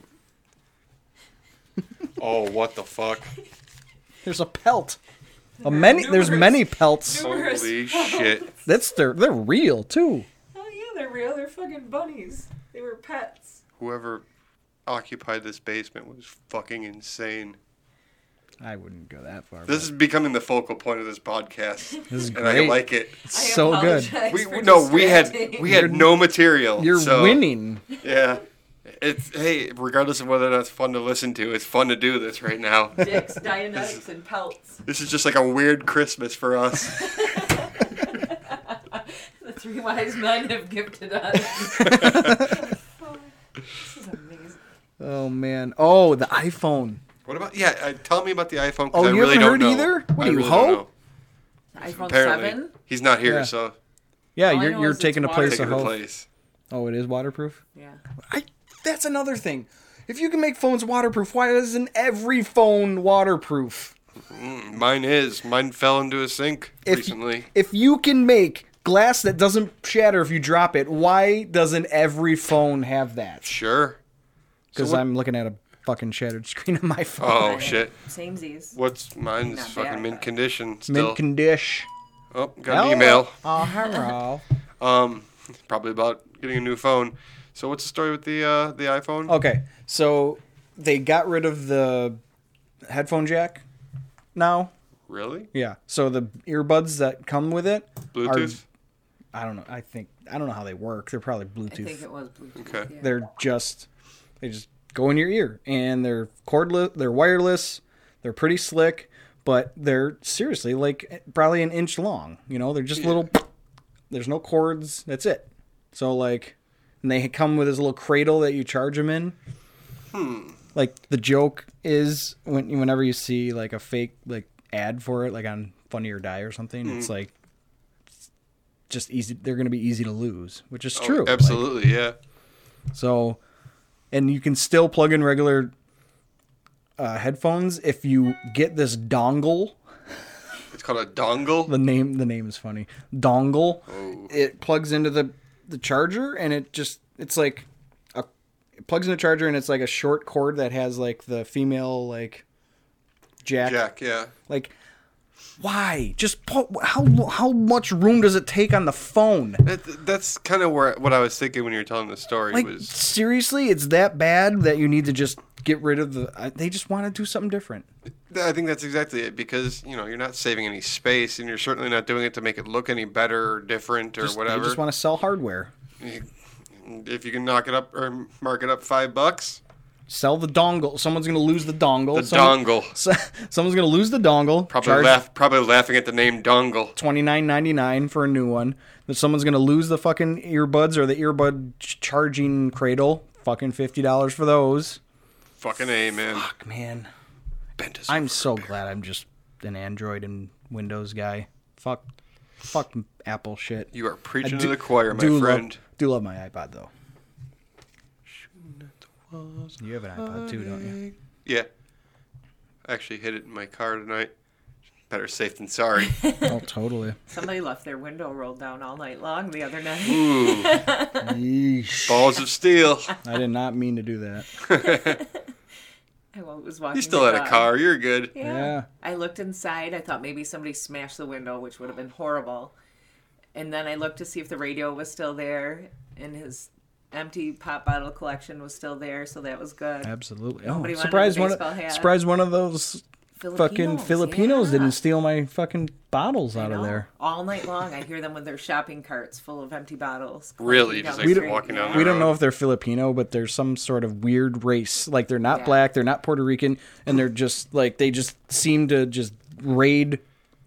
Speaker 3: oh, what the fuck!
Speaker 1: There's a pelt. A many, there's many pelts.
Speaker 3: Holy shit!
Speaker 1: That's they're they're real too.
Speaker 10: Oh yeah, they're real. They're fucking bunnies. They were pets.
Speaker 3: Whoever occupied this basement was fucking insane.
Speaker 1: I wouldn't go that far.
Speaker 3: This is becoming the focal point of this podcast,
Speaker 1: This is
Speaker 3: and I
Speaker 1: great.
Speaker 3: like it.
Speaker 1: but it's so good.
Speaker 3: We no, we had we had no material.
Speaker 1: You're
Speaker 3: so,
Speaker 1: winning.
Speaker 3: Yeah, it's hey, regardless of whether or not it's fun to listen to, it's fun to do this right now.
Speaker 10: dicks, Dianetics, and pelts.
Speaker 3: This is just like a weird Christmas for us.
Speaker 10: The three wise men have gifted us. this is amazing.
Speaker 1: Oh man. Oh, the iPhone.
Speaker 3: What about yeah? Uh, tell me about the iPhone. 'cause
Speaker 1: Oh,
Speaker 3: I
Speaker 1: you
Speaker 3: really
Speaker 1: haven't heard
Speaker 3: don't
Speaker 1: either?
Speaker 3: know.
Speaker 1: What
Speaker 3: I
Speaker 1: are you,
Speaker 3: really
Speaker 1: hoe?
Speaker 3: don't know.
Speaker 10: iPhone
Speaker 3: Apparently,
Speaker 10: seven.
Speaker 3: he's not here,
Speaker 1: Yeah.
Speaker 3: so
Speaker 1: Yeah,
Speaker 10: All I
Speaker 1: you're
Speaker 10: know
Speaker 1: you're
Speaker 10: is it's
Speaker 1: taking a place
Speaker 3: take
Speaker 1: of
Speaker 3: it
Speaker 1: hope.
Speaker 3: place.
Speaker 1: Oh, it is waterproof.
Speaker 10: Yeah.
Speaker 1: I. That's another thing. If you can make phones waterproof, why isn't every phone waterproof?
Speaker 3: Mine is. Mine fell into a sink
Speaker 1: If
Speaker 3: recently.
Speaker 1: if you can make glass that doesn't shatter if you drop it, why doesn't every phone have that?
Speaker 3: Sure.
Speaker 1: Because
Speaker 3: So what-
Speaker 1: I'm looking at a fucking shattered screen on my phone.
Speaker 3: Oh shit.
Speaker 10: Samesies.
Speaker 3: What's mine's
Speaker 10: Not
Speaker 3: fucking
Speaker 10: bad,
Speaker 3: mint
Speaker 10: but-
Speaker 3: condition still.
Speaker 1: Mint condition.
Speaker 3: oh, got an email.
Speaker 1: Oh, hello.
Speaker 3: Um, Probably about getting a new phone. So what's the story with the uh, the iPhone?
Speaker 1: Okay, so they got rid of the headphone jack now.
Speaker 3: Really?
Speaker 1: Yeah. So the earbuds that come with it
Speaker 3: Bluetooth?
Speaker 1: Are, I don't know. I think I don't know how they work. They're probably Bluetooth.
Speaker 10: think it was Bluetooth,
Speaker 3: Okay. yeah.
Speaker 1: They're just they just go in your ear and they're cordless. They're wireless. They're pretty slick, but they're seriously like probably an inch long. You know, they're just little. There's no cords. That's it. So like, and they come with this little cradle that you charge them in
Speaker 3: Hmm.
Speaker 1: like the joke is when whenever you see like a fake like ad for it like on funny or die or something
Speaker 3: Mhm.
Speaker 1: it's like it's just easy they're going to be easy to lose which is
Speaker 3: Oh,
Speaker 1: true
Speaker 3: absolutely, yeah.
Speaker 1: Like, so and you can still plug in regular uh, headphones if you get this dongle
Speaker 3: It's called a dongle.
Speaker 1: the name the name is funny dongle
Speaker 3: Oh.
Speaker 1: it plugs into the the charger and it just it's like a it plugs in the charger and it's like a short cord that has like the female like jack
Speaker 3: Jack, yeah.
Speaker 1: like why just put, how how much room does it take on the phone
Speaker 3: That, that's kind of where what I was thinking when you were telling the story
Speaker 1: like
Speaker 3: was
Speaker 1: seriously it's that bad that you need to just get rid of the I, they just want to do something different
Speaker 3: Th- I think that's exactly it because you know you're not saving any space and you're certainly not doing it to make it look any better or different or
Speaker 1: Just-
Speaker 3: whatever.
Speaker 1: they just want to sell hardware
Speaker 3: if you can knock it up or mark it up five bucks,
Speaker 1: sell the dongle someone's going to lose the dongle
Speaker 3: the
Speaker 1: Someone-
Speaker 3: dongle.
Speaker 1: so- someone's going to lose the dongle
Speaker 3: Probably
Speaker 1: charge-
Speaker 3: laugh, probably laughing at the name dongle.
Speaker 1: twenty nine ninety nine for a new one. That someone's gonna lose the fucking earbuds or the earbud ch- charging cradle. Fucking fifty dollars for those.
Speaker 3: Fucking a man.
Speaker 1: Fuck man. I'm so glad I'm just an Android and Windows guy. Fuck, fuck Apple shit.
Speaker 3: You are preaching
Speaker 1: I
Speaker 3: to the choir, my
Speaker 1: do love-
Speaker 3: friend.
Speaker 1: do love my iPod though. You have an iPod too, don't you?
Speaker 3: Yeah, I actually hid it in my car tonight. Better safe than sorry.
Speaker 1: Oh, totally.
Speaker 10: Somebody left their window rolled down all night long the other night.
Speaker 3: Ooh.
Speaker 1: Yeesh.
Speaker 3: Balls of steel.
Speaker 1: I did not mean to do that.
Speaker 10: I was walking.
Speaker 3: You still
Speaker 10: the
Speaker 3: had a car. You're good.
Speaker 10: Yeah.
Speaker 1: Yeah.
Speaker 10: I looked inside. I thought maybe somebody smashed the window, which would have been horrible. And then I looked to see if the radio was still there, and his empty pop bottle collection was still there, so that was good.
Speaker 1: Absolutely.
Speaker 10: Nobody
Speaker 1: oh,
Speaker 10: wanted
Speaker 1: surprised
Speaker 10: a
Speaker 1: one.
Speaker 10: baseball hat.
Speaker 1: Of, surprised one of those fucking
Speaker 10: Filipinos,
Speaker 1: Filipinos
Speaker 10: yeah.
Speaker 1: didn't steal my fucking bottles out of there.
Speaker 10: All night long, I hear them with their shopping carts full of empty bottles.
Speaker 3: Really,
Speaker 10: clunking
Speaker 3: just
Speaker 10: down
Speaker 3: like
Speaker 10: the street,
Speaker 3: walking
Speaker 10: yeah.
Speaker 3: down
Speaker 1: We
Speaker 3: the
Speaker 1: don't know if they're Filipino, but they're some sort of weird race. Like they're not
Speaker 10: Yeah.
Speaker 1: black, they're not Puerto Rican, and they're just like they just seem to just raid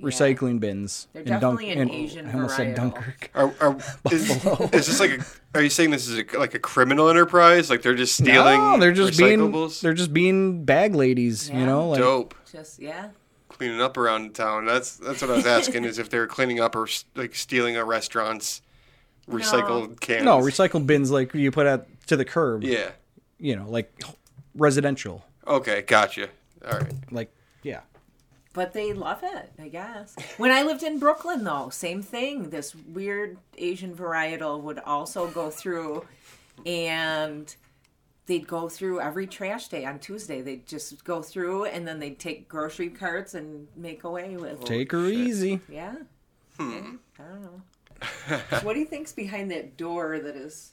Speaker 1: recycling bins.
Speaker 10: They're
Speaker 1: in Dunk-
Speaker 10: definitely an
Speaker 1: in-
Speaker 10: Asian
Speaker 1: I almost said
Speaker 10: varietal.
Speaker 1: Dunkirk.
Speaker 3: Are, are, is, is this like a? Are you saying this is a, like a criminal enterprise? Like they're just stealing
Speaker 1: no, Ah, they're just being
Speaker 3: recyclables?
Speaker 1: they're just being bag ladies. You know, like
Speaker 3: dope.
Speaker 10: Just yeah,
Speaker 3: Cleaning up around town. That's that's what I was asking. is if they're cleaning up or s- like stealing a restaurant's recycled cans?
Speaker 1: no recycle bins like you put out to the curb.
Speaker 3: yeah.
Speaker 1: You know, like residential.
Speaker 3: Okay. Gotcha. All right.
Speaker 1: Like yeah.
Speaker 10: but they love it, I guess. When I lived in Brooklyn, though, same thing. This weird Asian varietal would also go through, and they'd go through every trash day on Tuesday. They'd just go through, and then they'd take grocery carts and make away with.
Speaker 1: Take her easy.
Speaker 10: Yeah.
Speaker 3: Hmm.
Speaker 10: I don't know. So what do you think's behind that door that is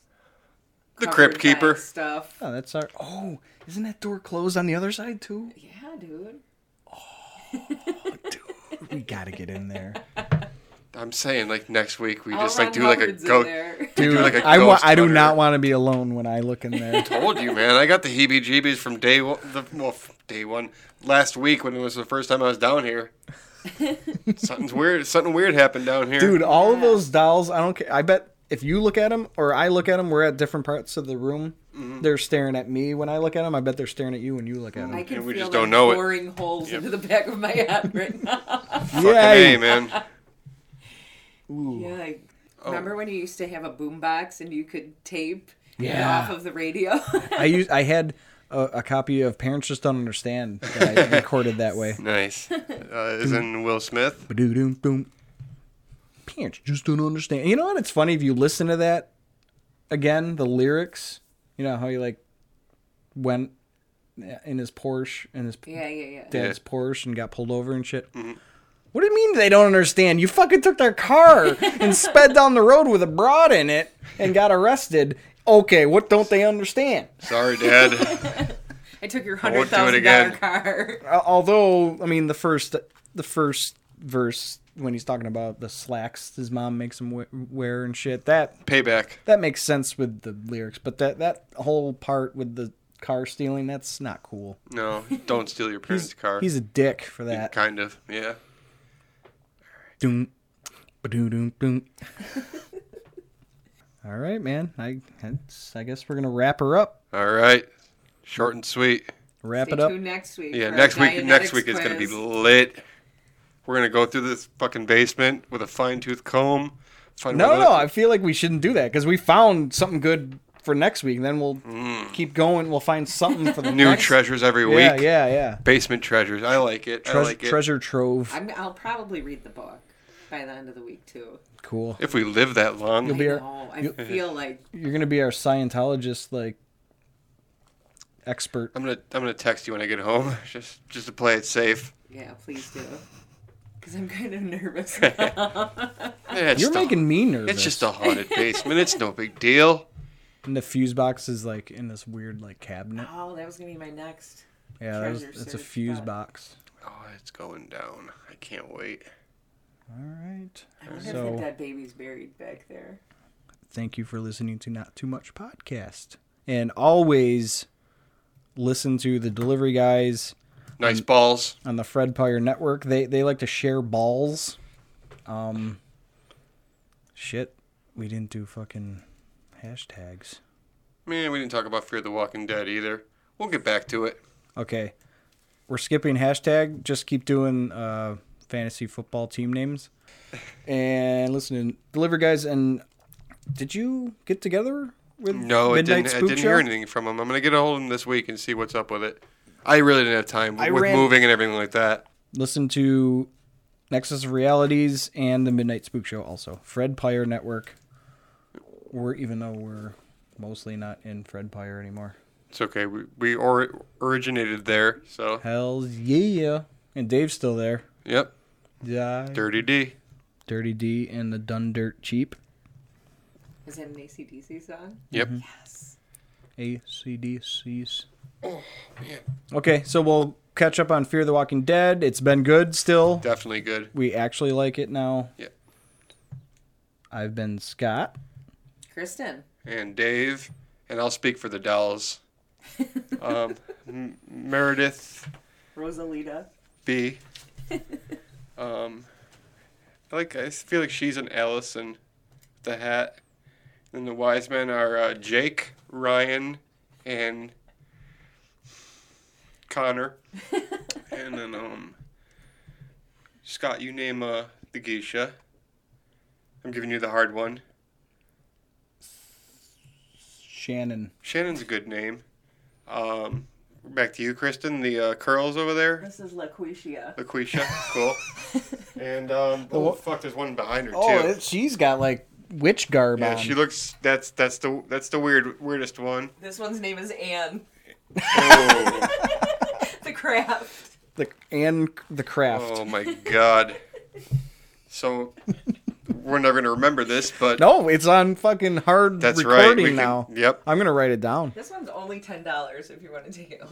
Speaker 3: The
Speaker 10: covered
Speaker 3: Crypt
Speaker 10: by
Speaker 3: Keeper.
Speaker 10: stuff?
Speaker 1: Oh, that's our. Oh, isn't that door closed on the other side too?
Speaker 10: Yeah, dude.
Speaker 1: We gotta get in there,
Speaker 3: I'm saying like next week we
Speaker 10: All
Speaker 3: just like
Speaker 10: Ron
Speaker 3: do like a
Speaker 10: Hubbard's in
Speaker 3: goat.
Speaker 10: there.
Speaker 1: dude.
Speaker 3: like a
Speaker 1: I wa-
Speaker 3: ghost
Speaker 1: I do
Speaker 3: hunter.
Speaker 1: not want to be alone when I look in there.
Speaker 3: told you, man. I got the heebie-jeebies from day one. The, well, f- day one last week when it was the first time I was down here. Something's weird. Something weird happened down here,
Speaker 1: Dude, all of those dolls, I don't care. I bet if you look at them or I look at them, we're at different parts of the room. They're staring at me when I look at them. I bet they're staring at you when you look at
Speaker 10: I
Speaker 1: them.
Speaker 10: can
Speaker 3: And we
Speaker 10: feel
Speaker 3: just
Speaker 10: them
Speaker 3: don't know it.
Speaker 10: boring holes into the back of my head right now.
Speaker 3: Fucking A, man.
Speaker 1: Oh.
Speaker 10: yeah, like, remember when you used to have a boombox and you could tape it
Speaker 1: Yeah.
Speaker 10: off of the radio?
Speaker 1: I used, I had a, a copy of Parents Just Don't Understand that I recorded that way.
Speaker 3: Nice. Uh, is in Will Smith.
Speaker 1: Ba-doo-doom, boom. Parents just don't understand. You know what? It's funny if you listen to that again, the lyrics. You know how he like went in his Porsche and his
Speaker 10: yeah, yeah, yeah.
Speaker 1: Mm-hmm. dad's Porsche and got pulled over and shit. What do you mean they don't understand? You fucking took their car and sped down the road with a broad in it and got arrested. Okay, what don't they understand?
Speaker 3: Sorry, Dad.
Speaker 10: I took your
Speaker 1: I
Speaker 10: hundred
Speaker 1: won't do it
Speaker 10: thousand dollar
Speaker 1: again.
Speaker 10: car.
Speaker 1: Al- Although, I mean, the first the first verse when he's talking about the slacks his mom makes him we- wear and shit that
Speaker 3: payback
Speaker 1: that makes sense with the lyrics, but that that whole part with the car stealing that's not cool.
Speaker 3: No, don't steal your parents' car.
Speaker 1: he's a dick for that.
Speaker 3: Kind of, yeah.
Speaker 1: Doom, doom, doom, doom. All right, man. I that's- I guess we're gonna wrap her up.
Speaker 3: All right, short and sweet.
Speaker 1: Wrap
Speaker 10: Stay
Speaker 1: it up.
Speaker 10: tuned next week.
Speaker 3: Yeah,
Speaker 10: for our
Speaker 3: next week. Next
Speaker 10: Dianetics
Speaker 3: week is gonna be
Speaker 10: quiz.
Speaker 3: lit. We're gonna go through this fucking basement with a fine tooth comb. Find
Speaker 1: No,
Speaker 3: where
Speaker 1: no,
Speaker 3: the-
Speaker 1: I feel like we shouldn't do that because we found something good for next week. Then we'll keep going. We'll find something for the
Speaker 3: Mm. new
Speaker 1: next-
Speaker 3: treasures every week.
Speaker 1: Yeah, yeah, yeah.
Speaker 3: Basement treasures. I like it. I
Speaker 1: Treas-
Speaker 3: like it.
Speaker 1: treasure trove.
Speaker 10: I'm, I'll probably read the book by the end of the week too.
Speaker 1: Cool.
Speaker 3: If we live that long,
Speaker 1: You'll be our-
Speaker 10: Oh, I
Speaker 1: you-
Speaker 10: feel like
Speaker 1: You're gonna be our Scientologist like expert.
Speaker 3: I'm gonna I'm gonna text you when I get home, just just to play it safe.
Speaker 10: yeah, please do, because I'm kind of nervous. now.
Speaker 3: Eh, it's
Speaker 1: You're
Speaker 3: the-
Speaker 1: making me nervous.
Speaker 3: It's just a haunted basement. It's no big deal.
Speaker 1: And the fuse box is like in this weird like cabinet.
Speaker 10: oh, that was gonna be my next.
Speaker 1: Yeah, that was,
Speaker 10: treasure
Speaker 1: it's a
Speaker 10: search
Speaker 1: fuse
Speaker 10: box.
Speaker 1: box.
Speaker 3: Oh, it's going down. I can't wait.
Speaker 1: All right.
Speaker 10: I wonder if
Speaker 1: So-
Speaker 10: the dead baby's buried back there.
Speaker 1: Thank you for listening to Not Too Much podcast. And always listen to the delivery guys
Speaker 3: Nice balls.
Speaker 1: on the Fred Pyre Network. They they like to share balls. Um, shit, we didn't do fucking hashtags.
Speaker 3: Man, we didn't talk about Fear the Walking Dead either. We'll get back to it.
Speaker 1: Okay, we're skipping hashtag. Just keep doing uh, fantasy football team names and listen to Deliver Guys. And did you get together with
Speaker 3: No, I
Speaker 1: Midnight
Speaker 3: didn't. I
Speaker 1: Spook
Speaker 3: didn't
Speaker 1: Show?
Speaker 3: hear anything from him. I'm gonna get a hold of him this week and see what's up with it. I really didn't have time
Speaker 1: I
Speaker 3: with
Speaker 1: ran-
Speaker 3: moving and everything like that.
Speaker 1: Listen to Nexus of Realities and the Midnight Spook Show. Also, Fred Pyre Network. We're even though we're mostly not in Fred Pyre anymore.
Speaker 3: It's okay. We we or, originated there, so
Speaker 1: Hell's yeah. And Dave's still there.
Speaker 3: yep.
Speaker 1: Yeah.
Speaker 3: Dirty D.
Speaker 1: Dirty D and the Dun Dirt Cheap.
Speaker 10: Is that an ACDC song?
Speaker 3: Yep.
Speaker 10: Yes.
Speaker 1: ACDC's. Okay, so we'll catch up on Fear the Walking Dead. It's been good still.
Speaker 3: Definitely good.
Speaker 1: We actually like it now.
Speaker 3: Yeah.
Speaker 1: I've been Scott.
Speaker 10: Kristen.
Speaker 3: And Dave, and I'll speak for the dolls. Um, M- Meredith
Speaker 10: Rosalita.
Speaker 3: B. Um, I like I feel like she's an Allison, with the hat, and the wise men are uh, Jake, Ryan, and Connor, and then um, Scott. You name uh the geisha. I'm giving you the hard one.
Speaker 1: Shannon.
Speaker 3: Shannon's a good name. Um, back to you, Kristen. The uh, curls over there,
Speaker 10: This is LaQuisha.
Speaker 3: Laquisha. Cool. And um, oh fuck, there's one behind her
Speaker 1: Oh,
Speaker 3: too.
Speaker 1: it- she's got like witch garb
Speaker 3: Yeah,
Speaker 1: on.
Speaker 3: she looks. That's that's the that's the weird weirdest one.
Speaker 10: This one's name is Anne.
Speaker 3: Oh,
Speaker 10: The craft.
Speaker 1: the, and the craft.
Speaker 3: oh my god. So we're never gonna remember this, but
Speaker 1: No, it's on fucking hard
Speaker 3: that's right.
Speaker 1: recording
Speaker 3: We can,
Speaker 1: now.
Speaker 3: Yep.
Speaker 1: I'm gonna write it down.
Speaker 10: This one's only ten dollars if you want to take it
Speaker 1: Mm.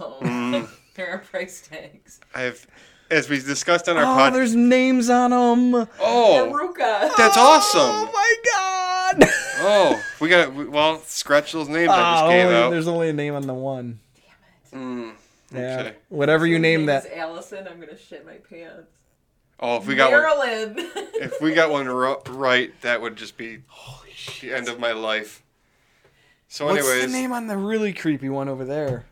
Speaker 10: home. there are price tags.
Speaker 3: I've as we discussed on our
Speaker 1: Oh,
Speaker 3: pod.
Speaker 1: there's names on them.
Speaker 3: Oh,
Speaker 10: Ruka.
Speaker 3: that's
Speaker 1: Oh
Speaker 3: awesome.
Speaker 1: my god.
Speaker 3: Oh, we got we, well scratch those names I just
Speaker 1: Oh,
Speaker 3: gave
Speaker 1: only-
Speaker 3: out.
Speaker 1: there's only a name on the one.
Speaker 3: Mm,
Speaker 1: Yeah.
Speaker 3: okay.
Speaker 1: Whatever you name
Speaker 10: Name is
Speaker 1: that.
Speaker 10: Allison. I'm gonna shit my pants.
Speaker 3: Oh, if we got one,
Speaker 10: Marilyn.
Speaker 3: if we got one ro- right, that would just be the end of my life. So,
Speaker 1: What's
Speaker 3: anyways,
Speaker 1: the name on the really creepy one over there?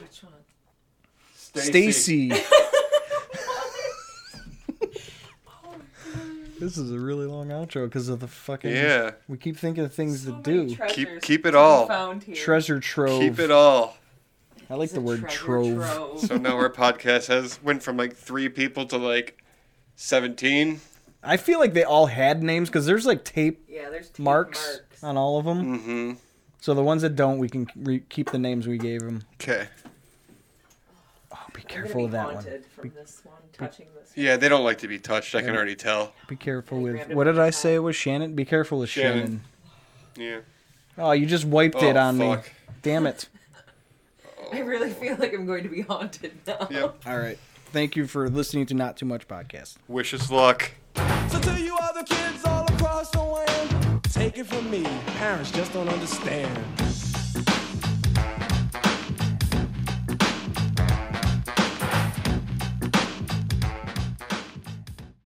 Speaker 10: Which one?
Speaker 1: Stacy. this is a really long outro because of the fucking.
Speaker 3: Yeah.
Speaker 1: We keep thinking of things
Speaker 10: So
Speaker 1: to
Speaker 10: many
Speaker 1: do.
Speaker 10: treasures
Speaker 3: Keep keep it
Speaker 10: we
Speaker 3: all.
Speaker 10: Found here.
Speaker 1: treasure trove.
Speaker 3: Keep it all.
Speaker 1: I like
Speaker 10: It's
Speaker 1: the
Speaker 10: a
Speaker 1: word
Speaker 10: treasure
Speaker 1: trove.
Speaker 10: trove.
Speaker 3: So now our podcast has went from like three people to like seventeen.
Speaker 1: I feel like they all had names because there's like tape
Speaker 10: Yeah, there's tape
Speaker 1: marks, on all of them.
Speaker 3: Mm-hmm.
Speaker 1: So the ones that don't, we can re- keep the names we gave them.
Speaker 3: Okay.
Speaker 1: Oh Be careful with that one.
Speaker 10: From this one, touching this.
Speaker 3: Yeah, they don't like to be touched. I can already tell.
Speaker 1: Be careful with. What did I say was Shannon? Be careful with Shannon.
Speaker 3: Shannon. Yeah.
Speaker 1: Oh, you just wiped it
Speaker 3: Oh,
Speaker 1: on
Speaker 3: fuck.
Speaker 1: me. Damn it.
Speaker 10: I really feel like I'm going to be haunted now.
Speaker 1: All right. Thank you for listening to Not Too Much Podcast.
Speaker 3: Wish us luck.
Speaker 5: So to you other kids all across the land, take it from me, parents just don't understand.